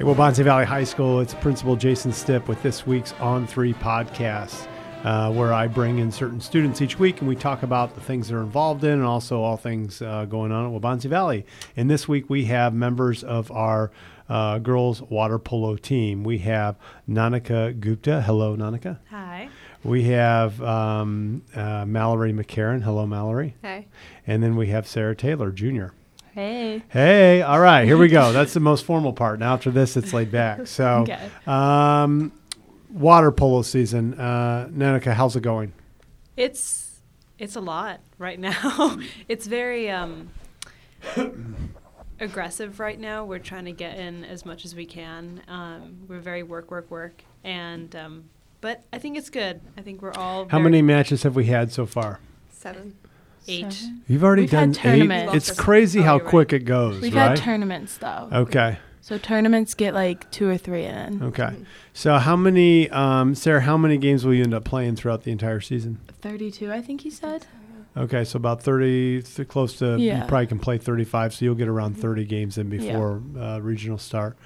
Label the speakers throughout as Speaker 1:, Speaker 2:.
Speaker 1: Wabonte Valley High School. It's Principal Jason Stipp with this week's On Three podcast, uh, where I bring in certain students each week and we talk about the things they're involved in and also all things uh, going on at Wabonte Valley. And this week we have members of our uh, girls water polo team. We have Nanaka Gupta. Hello, Nanaka.
Speaker 2: Hi.
Speaker 1: We have um, uh, Mallory McCarran. Hello, Mallory.
Speaker 2: Hi.
Speaker 1: And then we have Sarah Taylor Jr.
Speaker 2: Hey.
Speaker 1: Hey, all right, here we go. That's the most formal part. Now after this, it's laid back. So,
Speaker 2: Okay.
Speaker 1: um, water polo season. Uh, Nanika, how's it going?
Speaker 2: It's it's a lot right now. it's very um, aggressive right now. We're trying to get in as much as we can. Um, we're very work, work, work, and um, but I think it's good. I think we're all
Speaker 1: How
Speaker 2: very-
Speaker 1: many matches have we had so far?
Speaker 3: Seven.
Speaker 2: eight?
Speaker 1: You've already
Speaker 4: We've
Speaker 1: done
Speaker 4: had
Speaker 1: eight.
Speaker 4: tournaments.
Speaker 1: It's crazy
Speaker 2: Oh,
Speaker 1: how
Speaker 2: you're right.
Speaker 1: quick it goes,
Speaker 4: We've
Speaker 1: right? Oh.
Speaker 4: had tournaments though.
Speaker 1: okay,
Speaker 4: So tournaments get like two or three in.
Speaker 1: okay. So, how many, um, Sarah? How many games will you end up playing throughout the entire season?
Speaker 4: 32, I think he said.
Speaker 1: Okay, so about 30, th- close to,
Speaker 4: Yeah.
Speaker 1: you probably can play 35, so you'll get around 30 games in before uh, regional start.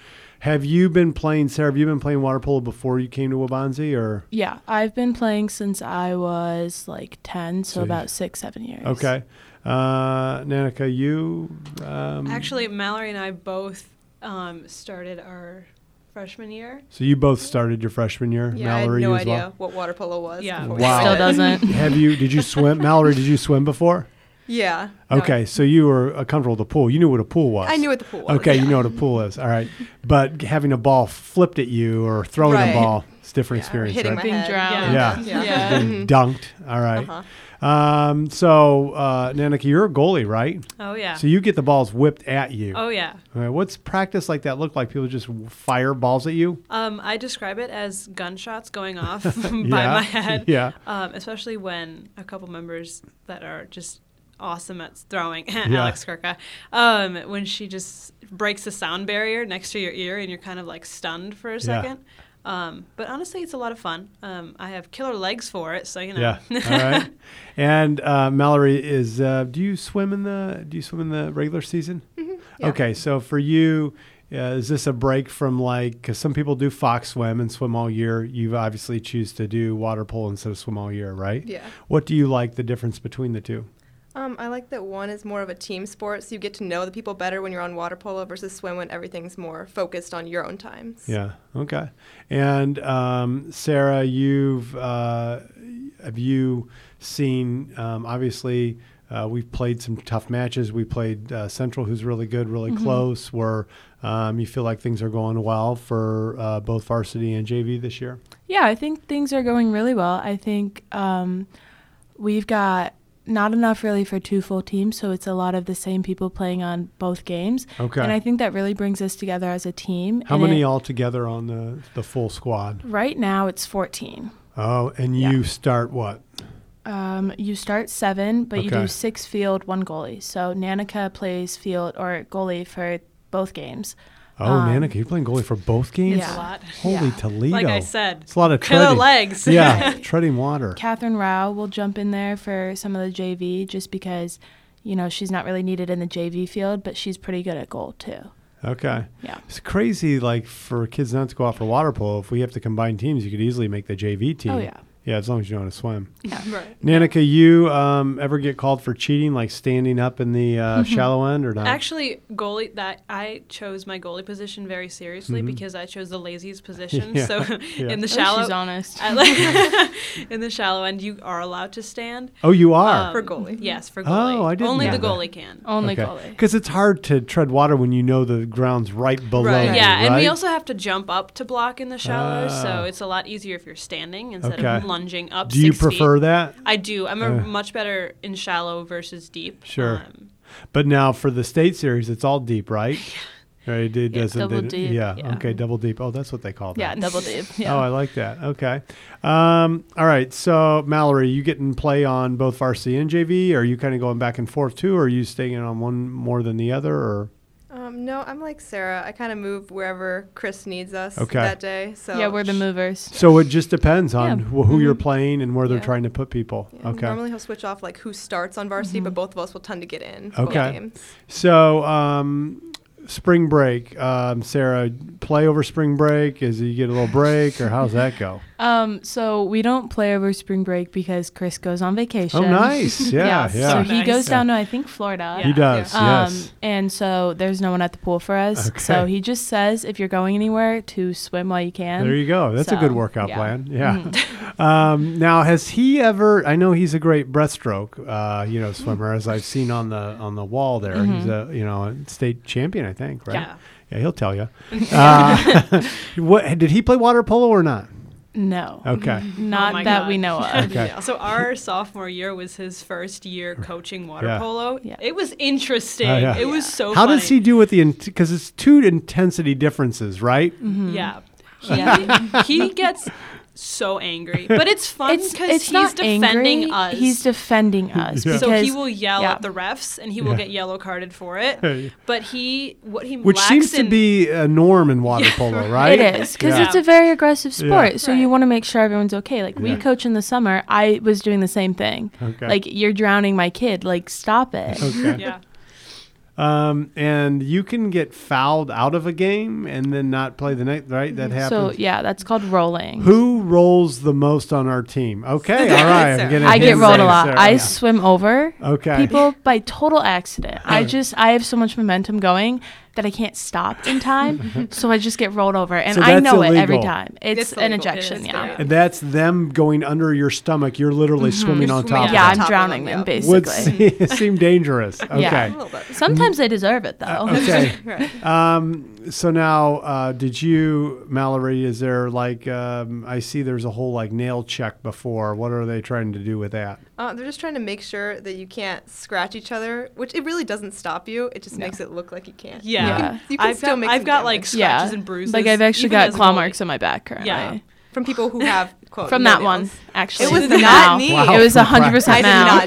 Speaker 1: Have you been playing, Sarah, have you been playing water polo before you came to Wabanzi or?
Speaker 4: Yeah, I've been playing since I was like 10, so
Speaker 1: So you-
Speaker 4: about six, seven years.
Speaker 1: Okay. Uh, Nanika, you, um,
Speaker 2: Actually, Mallory and I both um, started our freshman year.
Speaker 1: so you both started your freshman year,
Speaker 3: Yeah,
Speaker 1: Mallory,
Speaker 3: I had no
Speaker 1: you as
Speaker 3: idea
Speaker 1: well.
Speaker 3: what water polo was.
Speaker 2: Yeah.
Speaker 3: before
Speaker 1: Wow.
Speaker 3: I
Speaker 4: Still
Speaker 3: started.
Speaker 4: doesn't.
Speaker 1: have you, did you swim? Mallory, did you swim before?
Speaker 3: Yeah. No,
Speaker 1: Okay, so you were uh, comfortable with the pool. You knew what a pool was.
Speaker 3: I knew what the pool was.
Speaker 1: Okay, you know what a pool is. All right. But having a ball flipped at you or throwing a
Speaker 3: Right.
Speaker 1: ball, it's a different
Speaker 3: Yeah, or
Speaker 1: experience,
Speaker 3: hitting
Speaker 1: right?
Speaker 3: my
Speaker 4: Being
Speaker 3: head.
Speaker 4: drowned.
Speaker 1: Yeah.
Speaker 3: Yeah.
Speaker 4: Yeah.
Speaker 1: Been dunked. All right.
Speaker 3: Uh-huh.
Speaker 1: Um, so, uh, Nanika, you're a goalie, right?
Speaker 2: Oh yeah.
Speaker 1: So you get the balls whipped at you.
Speaker 2: oh yeah.
Speaker 1: All right, What's practice like that look like? People just fire balls at you
Speaker 2: Um, I describe it as gunshots going off by
Speaker 1: Yeah.
Speaker 2: my head.
Speaker 1: Yeah.
Speaker 2: Um, especially when a couple members that are just awesome at throwing,
Speaker 1: Yeah.
Speaker 2: Alex Kirka, um, when she just breaks the sound barrier next to your ear and you're kind of like stunned for a second. Um, but honestly, it's a lot of fun. Um, I have killer legs for it, so you know.
Speaker 1: Yeah. All right. And uh, Mallory is. Uh, do you swim in the? Do you swim in the regular season?
Speaker 2: Mm-hmm.
Speaker 3: yeah.
Speaker 1: Okay. So for you, uh, is this a break from like? Because some people do fox swim and swim all year. You obviously choose to do water polo instead of swim all year, right?
Speaker 3: Yeah.
Speaker 1: What do you like the difference between the two?
Speaker 3: Um, I like that one is more of a team sport, so you get to know the people better when you're on water polo versus swim when everything's more focused on your own times.
Speaker 1: Yeah. Okay. And um, Sarah, you've uh, have you seen? Um, obviously, uh, we've played some tough matches. We played uh, Central, who's really good, really
Speaker 4: Mm-hmm.
Speaker 1: close. Where um, you feel like things are going well for uh, both varsity and JV this year.
Speaker 4: Yeah, I think things are going really well. I think um, we've got not enough really for two full teams, so it's a lot of the same people playing on both games.
Speaker 1: Okay.
Speaker 4: And I think that really brings us together as a team.
Speaker 1: How
Speaker 4: and
Speaker 1: many
Speaker 4: it-
Speaker 1: altogether on the the full squad?
Speaker 4: Right now it's 14.
Speaker 1: Oh, and
Speaker 4: Yeah.
Speaker 1: you start what?
Speaker 4: Um, you start seven, but you
Speaker 1: Okay.
Speaker 4: do six field, one goalie. So Nanika plays field or goalie for both games.
Speaker 1: Oh,
Speaker 4: Um,
Speaker 1: Nanika, you're playing goalie for both games.
Speaker 2: It's a
Speaker 4: Yeah.
Speaker 2: lot.
Speaker 1: Holy
Speaker 4: Yeah.
Speaker 1: Toledo!
Speaker 2: Like I said,
Speaker 1: it's a lot of
Speaker 2: killer
Speaker 1: treading.
Speaker 2: legs.
Speaker 1: Yeah, treading water.
Speaker 4: Catherine Rao will jump in there for some of the JV just because, you know, she's not really needed in the JV field, but she's pretty good at goal too.
Speaker 1: Okay.
Speaker 4: Yeah.
Speaker 1: It's crazy, like for kids not to go out for water polo. If we have to combine teams, you could easily make the JV team.
Speaker 4: Oh, yeah.
Speaker 1: Yeah, as long as you know how to swim.
Speaker 3: Right.
Speaker 1: Nanika, you um, ever get called for cheating, like standing up in the uh, shallow end, or not?
Speaker 2: Actually, goalie that I chose my goalie position very seriously because I chose the laziest position.
Speaker 1: Mm-hmm. Yeah,
Speaker 2: So
Speaker 1: yeah.
Speaker 2: in the
Speaker 4: she's
Speaker 2: shallow,
Speaker 4: honest.
Speaker 2: I like, in the shallow end, you are allowed to stand. Um,
Speaker 1: oh, you are.
Speaker 2: uh,
Speaker 3: For goalie.
Speaker 2: Yes, for
Speaker 1: Oh,
Speaker 2: goalie.
Speaker 1: I didn't
Speaker 2: Only
Speaker 1: know
Speaker 2: the
Speaker 1: that. Oh,
Speaker 2: goalie can.
Speaker 4: Only goalie.
Speaker 1: Because it's hard to tread water when you know the ground's right below.
Speaker 3: Right.
Speaker 1: you,
Speaker 2: Yeah, and we
Speaker 1: right?
Speaker 2: also have to jump up to block in the shallow,
Speaker 1: Ah.
Speaker 2: so it's a lot easier if you're standing instead
Speaker 1: Okay.
Speaker 2: of lunging up.
Speaker 1: Do you
Speaker 2: six feet.
Speaker 1: prefer that?
Speaker 2: I do. I'm a
Speaker 1: Uh.
Speaker 2: much better in shallow versus deep.
Speaker 1: Sure.
Speaker 2: Um,
Speaker 1: But now for the state series, it's all deep, right? Right, it doesn't.
Speaker 4: double
Speaker 1: they-
Speaker 4: deep,
Speaker 1: Yeah.
Speaker 4: yeah.
Speaker 1: Okay. Double deep. Oh, that's what they call that.
Speaker 4: yeah, double deep.
Speaker 1: Oh,
Speaker 4: Yeah.
Speaker 1: I like that. Okay. Um, all right. So, Mallory, you getting play on both varsity and JV? Or are you kind of going back and forth too? Or are you staying on one more than the other? Or
Speaker 3: Um, no, I'm like Sarah. I kind of move wherever Chris needs us
Speaker 1: Okay.
Speaker 3: that day. So
Speaker 4: yeah, we're the movers.
Speaker 1: so it just depends on
Speaker 4: Yeah.
Speaker 1: who, who you're playing and where they're
Speaker 3: Yeah.
Speaker 1: trying to put people.
Speaker 3: Yeah,
Speaker 1: okay.
Speaker 3: Normally he'll switch off
Speaker 4: Mm-hmm.
Speaker 3: like who starts on varsity, but both of us will tend to get in. both
Speaker 1: Okay.
Speaker 3: games.
Speaker 1: so, um, spring break, um, Sarah, play over spring break? Is you get a little break, or how's that go?
Speaker 4: Um, so we don't play over spring break because Chris goes on vacation.
Speaker 1: Oh, nice. Yeah, yeah.
Speaker 4: So he
Speaker 2: Nice.
Speaker 4: goes
Speaker 2: Yeah.
Speaker 4: down to I think Florida.
Speaker 1: He
Speaker 2: Yeah.
Speaker 1: does. Yes.
Speaker 4: Um, and so there's no one at the pool for us. So
Speaker 1: Okay.
Speaker 4: he just says if you're going anywhere to swim while you can.
Speaker 1: There you go. That's a good
Speaker 4: So,
Speaker 1: workout
Speaker 4: yeah.
Speaker 1: plan. Yeah. um, now, has he ever? I know he's a great breaststroke, uh, you know, swimmer, as I've seen on the on the wall there. He's a you know a state champion, I think. Right.
Speaker 2: Yeah.
Speaker 1: Yeah, he'll tell you. Uh, what did he play water polo or not?
Speaker 4: No.
Speaker 1: Okay.
Speaker 4: Not
Speaker 2: Oh my
Speaker 4: that
Speaker 2: God.
Speaker 4: we know of.
Speaker 1: Okay.
Speaker 2: Yeah. So our sophomore year was his first year coaching water
Speaker 1: Yeah.
Speaker 2: polo.
Speaker 4: Yeah.
Speaker 2: It was interesting.
Speaker 1: Oh, yeah.
Speaker 2: It was so.
Speaker 1: How
Speaker 2: funny.
Speaker 1: does he do with the because it's two intensity differences, right?
Speaker 2: Yeah.
Speaker 4: Yeah.
Speaker 2: He, he gets so angry, but it's fun
Speaker 4: It's,
Speaker 2: because
Speaker 4: it's
Speaker 2: he's
Speaker 4: not
Speaker 2: defending
Speaker 4: angry.
Speaker 2: us.
Speaker 4: He's defending us.
Speaker 1: Yeah.
Speaker 4: because,
Speaker 2: so he will yell
Speaker 4: yeah.
Speaker 2: at the refs and he will
Speaker 1: Yeah.
Speaker 2: get yellow carded for
Speaker 1: Hey.
Speaker 2: it. But he what he
Speaker 1: Which
Speaker 2: lacks
Speaker 1: seems to
Speaker 2: in-
Speaker 1: be a norm in water polo, right?
Speaker 4: It is because
Speaker 1: Yeah.
Speaker 4: it's a very aggressive sport. So you
Speaker 2: Right.
Speaker 4: want to make sure everyone's okay. Like
Speaker 1: Yeah.
Speaker 4: we coach in the summer, I was doing the same thing.
Speaker 1: Okay.
Speaker 4: Like you're drowning my kid. Like stop it.
Speaker 1: Okay.
Speaker 2: yeah.
Speaker 1: Um, and you can get fouled out of a game and then not play the next, right? That
Speaker 4: So
Speaker 1: happens.
Speaker 4: yeah, that's called rolling.
Speaker 1: Who rolls the most on our team? Okay, all right. I'm getting
Speaker 4: I get
Speaker 1: hints
Speaker 4: rolled a
Speaker 1: there,
Speaker 4: lot.
Speaker 1: Sarah.
Speaker 4: I swim over
Speaker 1: Okay.
Speaker 4: people by total accident. I just I have so much momentum going that I can't stop in time, so I just get rolled over, and
Speaker 1: So
Speaker 4: I
Speaker 1: that's
Speaker 4: know it every
Speaker 1: illegal.
Speaker 4: time. It's,
Speaker 2: It's illegal.
Speaker 4: an
Speaker 2: It
Speaker 4: ejection.
Speaker 2: is
Speaker 4: yeah.
Speaker 2: very-
Speaker 1: And that's them going under your stomach. You're literally
Speaker 4: Mm-hmm.
Speaker 1: swimming on
Speaker 3: swimming
Speaker 1: top.
Speaker 4: Yeah,
Speaker 1: of
Speaker 4: I'm
Speaker 3: Top of
Speaker 4: drowning
Speaker 3: them,
Speaker 4: them
Speaker 3: yeah.
Speaker 1: it. Would
Speaker 4: basically.
Speaker 1: se- seem dangerous. Okay.
Speaker 3: A little bit.
Speaker 4: Sometimes they deserve it though.
Speaker 1: Mhm. Uh, Okay.
Speaker 3: Right.
Speaker 1: Um, so now, uh, did you, Mallory? Is there like um, I see there's a whole like nail check before. What are they trying to do with that?
Speaker 3: Uh, they're just trying to make sure that you can't scratch each other, which it really doesn't stop you. It just makes it look like you can't.
Speaker 2: Yeah.
Speaker 3: You
Speaker 4: Yeah.
Speaker 3: can, you can
Speaker 2: I've
Speaker 3: still
Speaker 2: got-
Speaker 3: make
Speaker 2: I've
Speaker 3: some
Speaker 2: got, like,
Speaker 3: damage
Speaker 2: scratches and bruises,
Speaker 4: Like I've actually
Speaker 2: even
Speaker 4: got
Speaker 2: as a
Speaker 4: claw
Speaker 2: goalie.
Speaker 4: marks on my back currently.
Speaker 2: Yeah.
Speaker 3: from people who have quote
Speaker 4: From
Speaker 3: no
Speaker 4: that
Speaker 3: nails.
Speaker 4: one, actually.
Speaker 3: It was
Speaker 4: From
Speaker 3: not me.
Speaker 1: Wow.
Speaker 4: It was
Speaker 1: From
Speaker 4: 100%
Speaker 1: practice.
Speaker 3: I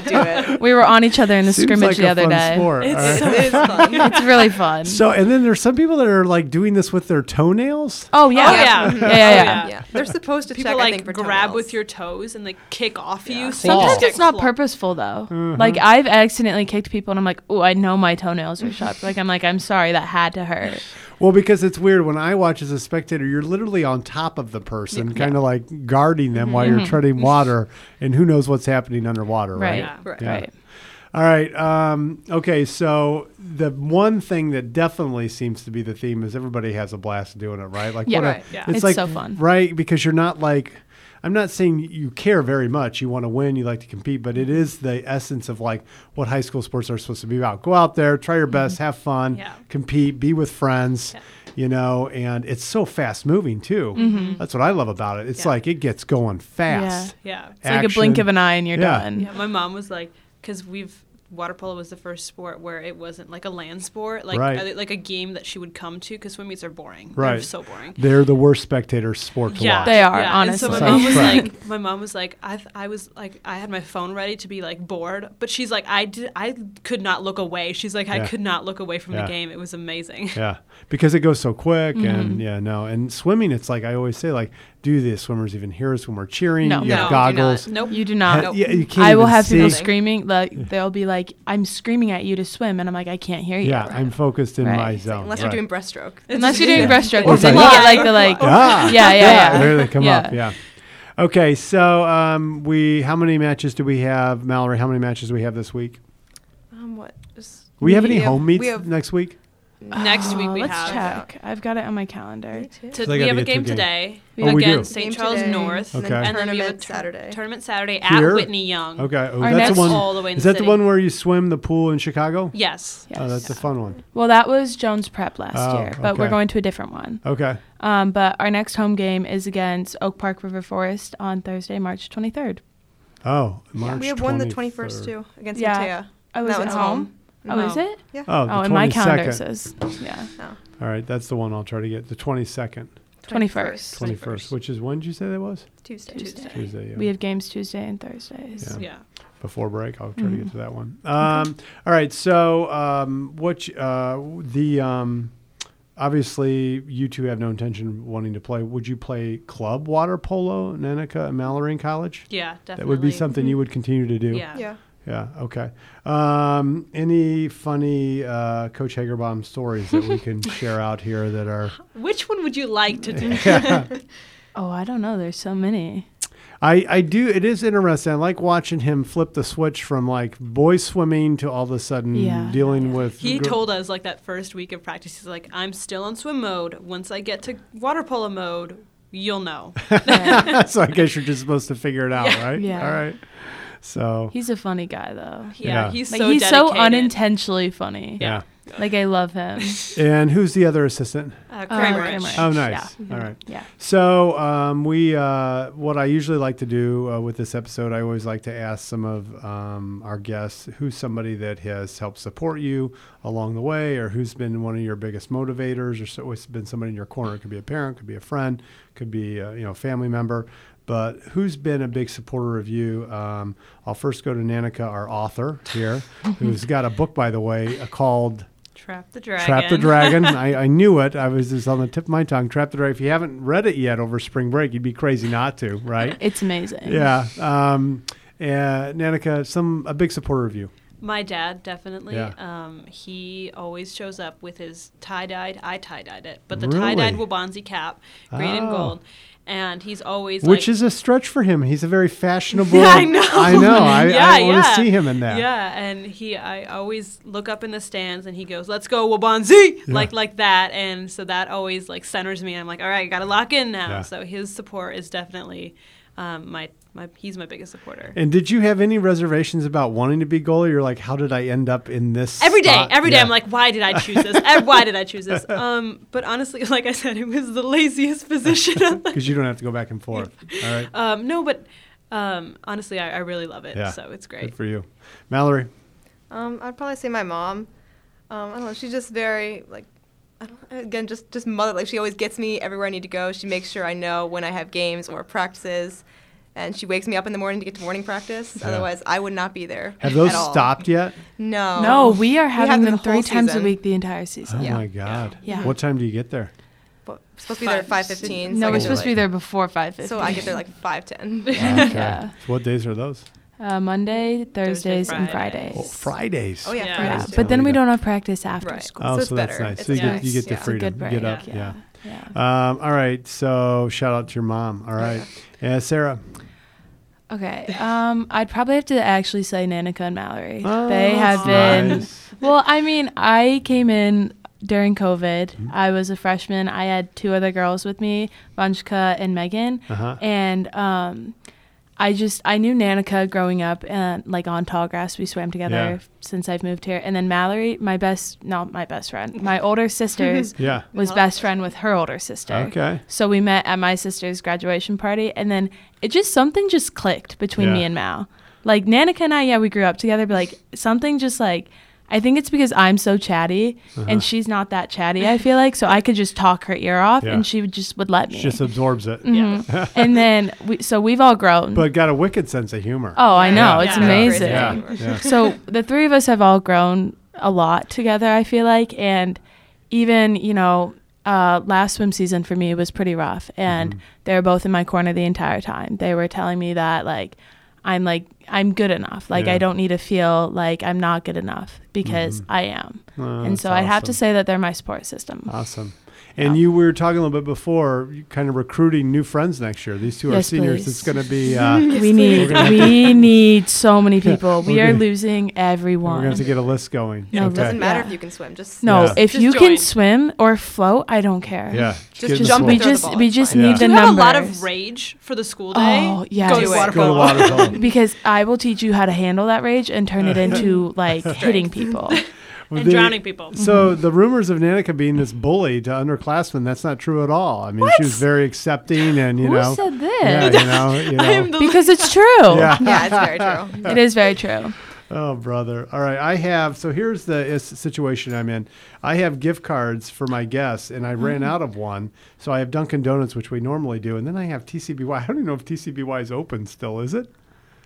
Speaker 3: did
Speaker 4: now.
Speaker 3: not do it.
Speaker 4: We were on each other in the
Speaker 1: Seems
Speaker 4: scrimmage
Speaker 1: like
Speaker 4: the
Speaker 1: a
Speaker 4: other
Speaker 1: fun
Speaker 4: day.
Speaker 1: sport, all right?
Speaker 2: It's
Speaker 3: It is fun.
Speaker 4: It's really fun.
Speaker 1: So, and then there's some people that are like doing this with their toenails.
Speaker 4: oh, yeah.
Speaker 2: Oh yeah.
Speaker 4: Yeah, yeah, yeah.
Speaker 3: Oh, Yeah, they're supposed to
Speaker 2: People
Speaker 3: check. I
Speaker 2: like
Speaker 3: think, for
Speaker 2: grab
Speaker 3: toenails.
Speaker 2: with your toes and like kick off you. So you
Speaker 4: Sometimes
Speaker 2: just get
Speaker 4: it's not
Speaker 2: claw-
Speaker 4: purposeful though.
Speaker 1: Mm-hmm.
Speaker 4: Like I've accidentally kicked people, and I'm like, "Oh, I know my toenails are sharp." Like I'm like, "I'm sorry, that had to hurt."
Speaker 1: Well, because it's weird when I watch as a spectator, you're literally on top of the person, kind of like guarding them while you're treading water, and who knows what's happening underwater, right?
Speaker 4: Right.
Speaker 2: Yeah.
Speaker 4: Right.
Speaker 1: Yeah. All right. Um, okay. So the one thing that definitely seems to be the theme is everybody has a blast doing it, right? Like,
Speaker 4: Yeah.
Speaker 1: what a-
Speaker 4: Right,
Speaker 2: yeah.
Speaker 4: It's
Speaker 1: like,
Speaker 4: so fun.
Speaker 1: right? Because you're not like, I'm not saying you care very much. You want to win. You like to compete, but
Speaker 4: Mm-hmm.
Speaker 1: it is the essence of like what high school sports are supposed to be about. Go out there, try
Speaker 4: Mm-hmm.
Speaker 1: your best, have fun,
Speaker 2: Yeah.
Speaker 1: compete, be with friends. You know, and it's so fast moving too.
Speaker 4: Mm-hmm.
Speaker 1: That's what I love about it. It's
Speaker 2: Yeah.
Speaker 1: like it gets going fast.
Speaker 2: Yeah.
Speaker 4: It's like a blink
Speaker 1: Action.
Speaker 4: of an eye, and you're
Speaker 1: Yeah.
Speaker 4: done.
Speaker 2: Yeah, my mom was like, because we've water polo was the first sport where it wasn't like a land sport, like
Speaker 1: Right.
Speaker 2: uh, like a game that she would come to because swim meets are boring.
Speaker 1: Right.
Speaker 2: They're so boring.
Speaker 1: They're the worst spectator sport to
Speaker 2: Yeah,
Speaker 1: watch.
Speaker 4: They are,
Speaker 2: yeah. And so my
Speaker 1: honestly.
Speaker 2: mom was
Speaker 1: Sounds
Speaker 2: like, my mom was like, I, th- I was like, I had my phone ready to be like bored, but she's like, I did, I could not look away. She's like, I
Speaker 1: Yeah.
Speaker 2: could not look away from
Speaker 1: Yeah.
Speaker 2: the game. It was amazing.
Speaker 1: Yeah, because it goes so quick,
Speaker 4: Mm-hmm.
Speaker 1: and yeah, no, and swimming. It's like I always say, like, do the swimmers even hear us when we're cheering?
Speaker 4: No.
Speaker 1: you have
Speaker 2: No,
Speaker 3: they do not.
Speaker 1: goggles.
Speaker 2: Nope.
Speaker 4: You do not.
Speaker 1: Ha- Yeah, you can't.
Speaker 4: I will
Speaker 1: even
Speaker 4: have people
Speaker 1: see.
Speaker 3: scream.
Speaker 4: screaming. Like they'll be like, "I'm screaming at you to swim," and I'm like, "I can't hear you."
Speaker 1: Yeah, I'm focused in
Speaker 4: Right.
Speaker 1: my
Speaker 3: Like,
Speaker 1: zone.
Speaker 3: unless
Speaker 1: right.
Speaker 3: you're doing breaststroke.
Speaker 4: Unless you're doing
Speaker 1: Yeah.
Speaker 4: breaststroke,
Speaker 1: Or
Speaker 4: 'cause then you
Speaker 1: fly.
Speaker 4: get like the like.
Speaker 1: Ah,
Speaker 4: Yeah, yeah, yeah.
Speaker 1: There they come up.
Speaker 4: Yeah.
Speaker 1: Yeah. Okay, so um, we how many matches do we have, Mallory? How many matches do we have this week?
Speaker 3: Um, what? Just-
Speaker 1: We have any
Speaker 3: we
Speaker 1: home meets
Speaker 3: We have
Speaker 1: next week?
Speaker 2: Next week
Speaker 4: Uh,
Speaker 2: we
Speaker 4: let's
Speaker 2: have
Speaker 4: check. I've got it on my calendar.
Speaker 2: To,
Speaker 1: So they
Speaker 2: we
Speaker 1: gotta get
Speaker 2: have a
Speaker 1: to a
Speaker 2: game
Speaker 1: game.
Speaker 2: today
Speaker 1: Oh, we do.
Speaker 2: against St.
Speaker 3: Game
Speaker 2: Charles
Speaker 3: today,
Speaker 2: North,
Speaker 1: Okay.
Speaker 2: and then we have a
Speaker 3: Tournament
Speaker 2: tur-
Speaker 3: Saturday.
Speaker 2: Tournament Saturday
Speaker 1: Here?
Speaker 2: at Whitney Young.
Speaker 1: Okay, oh,
Speaker 4: Our
Speaker 1: that's
Speaker 4: next-
Speaker 1: the one.
Speaker 2: all the way in
Speaker 1: is
Speaker 2: the
Speaker 1: that the
Speaker 2: city.
Speaker 1: one where you swim the pool in Chicago?
Speaker 2: Yes.
Speaker 4: Yes.
Speaker 1: Oh, that's a fun one.
Speaker 4: well, that was Jones Prep last
Speaker 1: Oh,
Speaker 4: year, but we're
Speaker 1: okay.
Speaker 4: going to a different one.
Speaker 1: Okay,
Speaker 4: Um, but our next home game is against Oak Park River Forest on Thursday, March 23rd.
Speaker 1: oh, March.
Speaker 3: we have one the
Speaker 1: 23rd.
Speaker 3: 21st too against
Speaker 4: Yeah.
Speaker 3: Matea.
Speaker 4: Oh,
Speaker 3: That
Speaker 4: is it
Speaker 3: one's
Speaker 4: home? Oh,
Speaker 2: No.
Speaker 4: is it?
Speaker 3: Yeah.
Speaker 1: Oh, the
Speaker 4: Oh, and my calendar
Speaker 1: 22nd.
Speaker 4: says, yeah,
Speaker 3: Oh,
Speaker 1: All right, that's the one I'll try to get. The 22nd,
Speaker 4: 21st.
Speaker 1: 21st, which is when did you say that was?
Speaker 3: Tuesday.
Speaker 4: Tuesday.
Speaker 1: Tuesday. Yeah.
Speaker 4: We have games Tuesday and Thursdays.
Speaker 1: Yeah.
Speaker 2: Yeah.
Speaker 1: Before break, I'll try to get to that one. Um, All right, so um, what you- uh, the um, obviously you two have no intention of wanting to play. Would you play club water polo, Nanica and Mallory in college?
Speaker 2: Yeah, definitely.
Speaker 1: That would be something you would continue to do.
Speaker 2: Yeah.
Speaker 3: Yeah.
Speaker 1: Yeah. Okay. Um, any funny uh, Coach Hagerbaum stories that we can share out here that are?
Speaker 2: Which one would you like to do?
Speaker 4: Oh, I don't know. There's so many.
Speaker 1: I, I do. It is interesting. I like watching him flip the switch from like boy swimming to all of a sudden
Speaker 4: Yeah.
Speaker 1: dealing with.
Speaker 2: He
Speaker 1: gr-
Speaker 2: told us like that first week of practice, he's like, I'm still on swim mode. Once I get to water polo mode, you'll know.
Speaker 4: Right.
Speaker 1: so I guess you're just supposed to figure it out, right?
Speaker 4: Yeah.
Speaker 1: All right. So.
Speaker 4: he's a funny guy, though.
Speaker 2: Yeah,
Speaker 1: Yeah.
Speaker 2: he's
Speaker 4: Like
Speaker 2: so
Speaker 4: he's so
Speaker 2: dedicated.
Speaker 4: unintentionally funny.
Speaker 1: yeah.
Speaker 4: Like I love him.
Speaker 1: And who's the other assistant?
Speaker 2: Uh,
Speaker 4: Oh,
Speaker 2: Kramer.
Speaker 4: Kramer.
Speaker 1: Oh, nice.
Speaker 4: Yeah.
Speaker 1: All right.
Speaker 4: Yeah.
Speaker 1: So um, we, uh, what I usually like to do uh, with this episode, I always like to ask some of um, our guests who's somebody that has helped support you along the way, or who's been one of your biggest motivators, or so, who's been somebody in your corner. It could be a parent, could be a friend, could be uh, you know a family member. But who's been a big supporter of you? Um, I'll first go to Nanika, our author here, who's got a book, by the way, uh, called
Speaker 2: Trap the dragon.
Speaker 1: Trap the Dragon. I, I knew it. I was just on the tip of my tongue. Trap the Dragon. If you haven't read it yet over spring break, you'd be crazy not to, right?
Speaker 4: It's amazing.
Speaker 1: yeah. Um, uh, Nanika, some a big supporter of you.
Speaker 2: My dad definitely.
Speaker 1: Yeah.
Speaker 2: Um, he always shows up with his tie dyed. I tie dyed it, but the
Speaker 1: Really?
Speaker 2: tie dyed Wabanzi cap, green and
Speaker 1: Oh.
Speaker 2: gold, and he's always
Speaker 1: Which
Speaker 2: like,
Speaker 1: is a stretch for him. He's a very fashionable.
Speaker 2: I know.
Speaker 1: I know. I, I
Speaker 2: Yeah,
Speaker 1: want to
Speaker 2: yeah.
Speaker 1: see him in that.
Speaker 2: Yeah, and he, I always look up in the stands, and he goes, "Let's go Wabanzi," like like that, and so that always like centers me. I'm like, all right, I gotta lock in now.
Speaker 1: Yeah.
Speaker 2: So his support is definitely um, my my. He's my biggest supporter.
Speaker 1: And did you have any reservations about wanting to be goalie? You're like, how did I end up in this?
Speaker 2: Every day,
Speaker 1: spot?
Speaker 2: every day,
Speaker 1: Yeah.
Speaker 2: I'm like, why did I choose this? Eh, why did I choose this? Um, but honestly, like I said, it was the laziest position. on the-
Speaker 1: because you don't have to go back and forth. All right.
Speaker 2: um, no, but um, honestly, I, I really love it.
Speaker 1: Yeah.
Speaker 2: So it's great.
Speaker 1: Good for you, Mallory.
Speaker 3: Um, I'd probably say my mom. Um, I don't know. She's just very like, I don't again just just mother. Like she always gets me everywhere I need to go. She makes sure I know when I have games or practices, and she wakes me up in the morning to get to morning practice.
Speaker 1: Yeah.
Speaker 3: Otherwise, I would not be there.
Speaker 1: Have those
Speaker 3: at all.
Speaker 1: stopped yet?
Speaker 3: No.
Speaker 4: No, we are having
Speaker 3: have
Speaker 4: them
Speaker 3: Oh. the
Speaker 4: three
Speaker 3: whole
Speaker 4: times a
Speaker 3: season.
Speaker 4: week the entire season.
Speaker 1: Oh
Speaker 3: Yeah.
Speaker 1: my God.
Speaker 4: Yeah.
Speaker 1: What time do you get there?
Speaker 3: But we're supposed to be there at
Speaker 2: Five.
Speaker 3: five fifteen.
Speaker 4: No,
Speaker 1: I
Speaker 4: we're
Speaker 1: get
Speaker 4: supposed to be there before five fifty.
Speaker 3: So I get there like five ten.
Speaker 1: Okay.
Speaker 4: Yeah.
Speaker 1: So what days are those?
Speaker 4: uh, Monday, Thursdays, and
Speaker 2: Fridays.
Speaker 4: Fridays.
Speaker 1: Oh, Fridays.
Speaker 3: Oh yeah,
Speaker 2: Yeah.
Speaker 4: Yeah,
Speaker 3: Fridays, too.
Speaker 4: but then we don't have practice after
Speaker 3: Right.
Speaker 4: school.
Speaker 1: Oh,
Speaker 3: So
Speaker 1: so,
Speaker 3: it's
Speaker 1: that's
Speaker 3: better.
Speaker 1: nice.
Speaker 3: It's
Speaker 1: so you get you
Speaker 2: nice.
Speaker 1: get the
Speaker 3: Yeah.
Speaker 4: It's a
Speaker 1: freedom.
Speaker 4: good break.
Speaker 1: Get up. Yeah.
Speaker 4: Yeah. yeah.
Speaker 1: Um, all right. So shout out to your mom. All right. Uh, Sarah.
Speaker 4: Okay. Um, I'd probably have to actually say Nanika and Mallory. they
Speaker 3: Oh,
Speaker 4: have
Speaker 1: Oh, that's
Speaker 4: been.
Speaker 1: nice.
Speaker 4: Well, I mean, I came in during COVID.
Speaker 1: Mm-hmm.
Speaker 4: I was a freshman. I had two other girls with me, Vanshka and Megan.
Speaker 1: Uh-huh.
Speaker 4: And um, I just I knew Nanika growing up, and like on tall grass, we swam together
Speaker 1: Yeah.
Speaker 4: since I've moved here. And then Mallory, my best, not my best friend, my older sister's
Speaker 1: Yeah.
Speaker 4: was best friend with her older sister.
Speaker 1: Okay.
Speaker 4: So we met at my sister's graduation party, and then it just something just clicked between me
Speaker 1: Yeah.
Speaker 4: and Mal. Like Nanika and I, yeah, we grew up together, but like something just like I think it's because I'm so chatty
Speaker 1: Uh-huh.
Speaker 4: and she's not that chatty. I feel like so I could just talk her ear off,
Speaker 1: Yeah.
Speaker 4: and she would just would let me.
Speaker 1: She just absorbs it,
Speaker 4: Mhm. and then we, so we've all grown.
Speaker 1: but got a wicked sense of humor.
Speaker 4: oh, I
Speaker 2: Yeah.
Speaker 4: know, it's
Speaker 2: Yeah.
Speaker 4: amazing
Speaker 1: Yeah.
Speaker 3: Great.
Speaker 1: yeah.
Speaker 4: so the three of us have all grown a lot together i feel like and even you know uh, last swim season for me was pretty rough and
Speaker 1: Mm-hmm.
Speaker 4: they were both in my corner the entire time they were telling me that like i'm like i'm good enough like
Speaker 1: Yeah.
Speaker 4: i don't need to feel like i'm not good enough because i am
Speaker 1: Oh,
Speaker 4: and
Speaker 1: that's
Speaker 4: so i have to
Speaker 1: awesome. Uh,
Speaker 4: say that they're my support system
Speaker 1: Awesome. And you we were talking a little bit before, you kind of recruiting new friends next year. These two are
Speaker 4: Yes,
Speaker 1: seniors.
Speaker 4: please.
Speaker 1: It's going to be. Uh,
Speaker 4: we need
Speaker 1: We're gonna
Speaker 4: we need so many people we
Speaker 1: we're
Speaker 4: are
Speaker 1: gonna-
Speaker 4: losing
Speaker 1: we're
Speaker 4: everyone
Speaker 1: going to have to get a list going.
Speaker 4: No,
Speaker 3: It doesn't matter
Speaker 4: Yeah.
Speaker 3: if you can swim. Just
Speaker 4: no
Speaker 1: Yeah.
Speaker 4: if
Speaker 2: Just
Speaker 4: you
Speaker 2: join.
Speaker 4: can swim or float i don't care
Speaker 1: Yeah.
Speaker 3: Just
Speaker 1: Get in the
Speaker 3: jump
Speaker 1: pool.
Speaker 4: we
Speaker 3: and throw the
Speaker 4: just
Speaker 3: ball,
Speaker 4: we
Speaker 3: it's
Speaker 4: just
Speaker 1: fine.
Speaker 4: need
Speaker 1: If
Speaker 4: the
Speaker 2: Do you
Speaker 4: numbers.
Speaker 2: have a lot of rage for the school day?
Speaker 4: Oh, yes.
Speaker 2: Go
Speaker 3: Do
Speaker 2: to
Speaker 3: it.
Speaker 2: water
Speaker 1: Go to
Speaker 2: polo.
Speaker 1: water polo.
Speaker 4: because I will teach you how to handle that rage and turn it into like hitting people.
Speaker 2: and
Speaker 1: The-
Speaker 2: drowning people.
Speaker 1: So the rumors of Nanika being this bully to underclassmen—that's not true at all. I mean, she was very accepting, and you
Speaker 4: Who
Speaker 1: know,
Speaker 4: said this?
Speaker 1: Yeah, you know, you know.
Speaker 2: I am the
Speaker 4: Because it's true.
Speaker 1: Yeah.
Speaker 3: yeah, it's very true.
Speaker 4: It is very true.
Speaker 1: Oh, brother. All right. I have, so here's the is- situation I'm in. I have gift cards for my guests, and I ran out of one. So I have Dunkin' Donuts, which we normally do, and then I have TCBY. I don't even know if TCBY is open still, is it?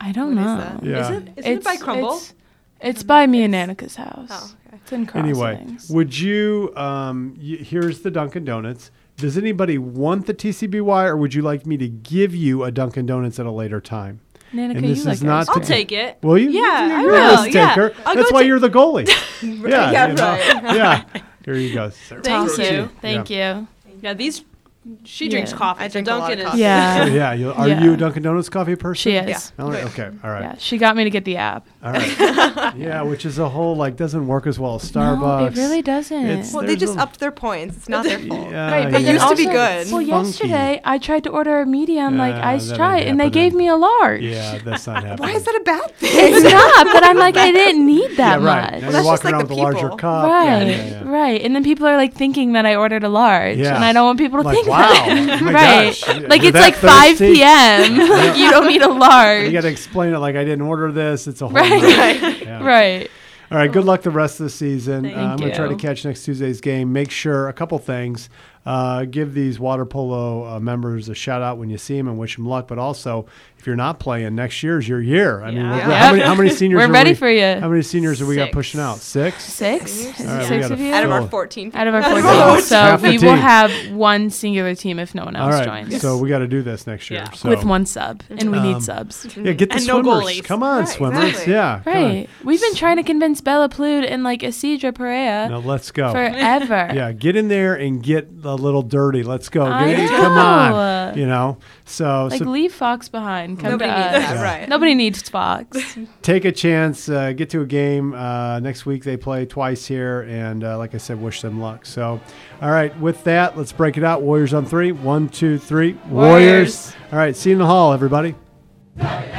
Speaker 4: I don't
Speaker 3: What is
Speaker 4: know.
Speaker 3: that?
Speaker 1: Yeah.
Speaker 2: Isn't, isn't it by Crumble?
Speaker 4: It's, it's by me and Annika's house.
Speaker 3: Oh, okay.
Speaker 4: It's in
Speaker 1: anyway,
Speaker 4: Crossings.
Speaker 1: would you, um, y- here's the Dunkin' Donuts. Does anybody want the TCBY, or would you like me to give you a Dunkin' Donuts at a later time?
Speaker 4: Nanica,
Speaker 1: and this
Speaker 4: you
Speaker 1: is
Speaker 4: like
Speaker 1: not.
Speaker 4: ice
Speaker 1: to
Speaker 2: I'll
Speaker 1: be-
Speaker 2: take it.
Speaker 1: Will you?
Speaker 2: Yeah,
Speaker 1: you're
Speaker 2: I
Speaker 1: you're
Speaker 2: will,
Speaker 1: a risk
Speaker 2: yeah.
Speaker 1: taker.
Speaker 2: I'll
Speaker 1: That's
Speaker 2: go
Speaker 1: why
Speaker 2: ta-
Speaker 1: you're the goalie. yeah,
Speaker 3: yeah,
Speaker 1: you know,
Speaker 3: right.
Speaker 1: yeah. There you go. Sir.
Speaker 4: Thank
Speaker 2: Thank
Speaker 4: you.
Speaker 2: you.
Speaker 4: Thank you.
Speaker 2: Yeah, these. She drinks
Speaker 4: Yeah.
Speaker 2: coffee.
Speaker 3: I
Speaker 2: so
Speaker 3: drink a lot
Speaker 2: Dunkin'
Speaker 3: of
Speaker 2: is-
Speaker 3: coffee.
Speaker 4: Yeah.
Speaker 1: yeah, you, are
Speaker 4: Yeah.
Speaker 1: you a Dunkin' Donuts coffee person?
Speaker 4: She is.
Speaker 3: Yeah.
Speaker 1: Mallory? Okay, all right,
Speaker 4: Yeah, she got me to get the app.
Speaker 1: all right. yeah, which is a whole like doesn't work as well as Starbucks.
Speaker 4: No, it really doesn't.
Speaker 1: It's-
Speaker 3: Well, they
Speaker 1: There's
Speaker 3: just
Speaker 1: no-
Speaker 3: upped their points. It's not their fault.
Speaker 1: Yeah,
Speaker 4: Right, but
Speaker 1: yeah.
Speaker 3: It used to be
Speaker 4: also-
Speaker 3: good.
Speaker 1: Funky.
Speaker 4: Well, yesterday I tried to order a medium like
Speaker 1: Yeah, that
Speaker 4: iced
Speaker 1: ain't
Speaker 4: chai, and they
Speaker 1: happening.
Speaker 4: gave me a large.
Speaker 1: Yeah, that's not happening.
Speaker 3: Why is that a bad thing?
Speaker 4: It's not, but I'm like, I didn't need
Speaker 1: Yeah,
Speaker 4: that
Speaker 1: right. Now
Speaker 4: much.
Speaker 1: you're
Speaker 3: that's just
Speaker 1: walking around
Speaker 3: like
Speaker 1: with a
Speaker 3: the
Speaker 1: larger
Speaker 3: people.
Speaker 1: cup.
Speaker 4: Right,
Speaker 1: Yeah, yeah, yeah.
Speaker 4: right. And then people are like thinking that I ordered a large,
Speaker 1: Yeah.
Speaker 4: and I don't want people to
Speaker 1: Like,
Speaker 4: think
Speaker 1: wow.
Speaker 4: that.
Speaker 1: Oh my
Speaker 4: right.
Speaker 1: gosh. You're
Speaker 4: Like, it's
Speaker 1: that
Speaker 4: like 5
Speaker 1: thirsty?
Speaker 4: p.m. like, you don't need a
Speaker 1: You got
Speaker 4: large.
Speaker 1: to explain it like I didn't order this. It's a whole.
Speaker 4: Right.
Speaker 1: nother-
Speaker 4: Right.
Speaker 1: yeah.
Speaker 4: Right.
Speaker 1: All right. Good luck the rest of the season.
Speaker 2: Thank
Speaker 1: Uh, I'm going to try to
Speaker 4: you.
Speaker 1: catch next Tuesday's game. Make sure a couple things. Uh, give these water polo uh, members a shout out when you see them and wish them luck. But also, if you're not playing, next year's your year. I mean,
Speaker 2: Yeah.
Speaker 1: we're-
Speaker 4: Yeah.
Speaker 1: how, many, how many seniors?
Speaker 4: We're
Speaker 1: are
Speaker 4: ready
Speaker 1: we,
Speaker 4: for you.
Speaker 1: How many seniors have we got
Speaker 2: Six.
Speaker 1: pushing out? Six.
Speaker 4: Six? Is
Speaker 3: Seniors?
Speaker 4: it
Speaker 1: All right, we
Speaker 4: six
Speaker 1: gotta
Speaker 4: of you?
Speaker 3: Out of our
Speaker 1: So-
Speaker 3: 14.
Speaker 4: Out of our
Speaker 3: people.
Speaker 4: four
Speaker 1: our
Speaker 4: teams. So
Speaker 1: Half the
Speaker 4: we will
Speaker 1: team.
Speaker 4: have one singular team if no one
Speaker 1: All
Speaker 4: else
Speaker 1: right.
Speaker 4: joins.
Speaker 1: So we got to do this next year.
Speaker 2: Yeah.
Speaker 1: So.
Speaker 4: With one sub, and we
Speaker 1: Um,
Speaker 4: need subs.
Speaker 1: Yeah, get the
Speaker 2: And no
Speaker 1: swimmers.
Speaker 2: goalies.
Speaker 1: Come on,
Speaker 3: Right,
Speaker 1: swimmers.
Speaker 3: exactly.
Speaker 1: Yeah. come on.
Speaker 4: Right. We've been trying to convince Bella Plude and like Isidra Perea
Speaker 1: Now let's go.
Speaker 4: forever.
Speaker 1: Yeah, get in there and get a little dirty. Let's go.
Speaker 4: I
Speaker 1: Get- Come on.
Speaker 4: know.
Speaker 1: You know, so,
Speaker 4: Like
Speaker 1: so
Speaker 4: leave Fox behind. Come
Speaker 3: Nobody
Speaker 4: to
Speaker 3: needs
Speaker 4: us.
Speaker 3: that,
Speaker 1: Yeah.
Speaker 3: right?
Speaker 4: Nobody needs Fox.
Speaker 1: take a chance, uh, get to a game. Uh, next week they play twice here. And uh, like I said, wish them luck. So, all right, with that, let's break it out. Warriors on three. One, two, three. Warriors.
Speaker 4: Warriors.
Speaker 1: All right, see you in the hall, everybody.
Speaker 5: Warriors!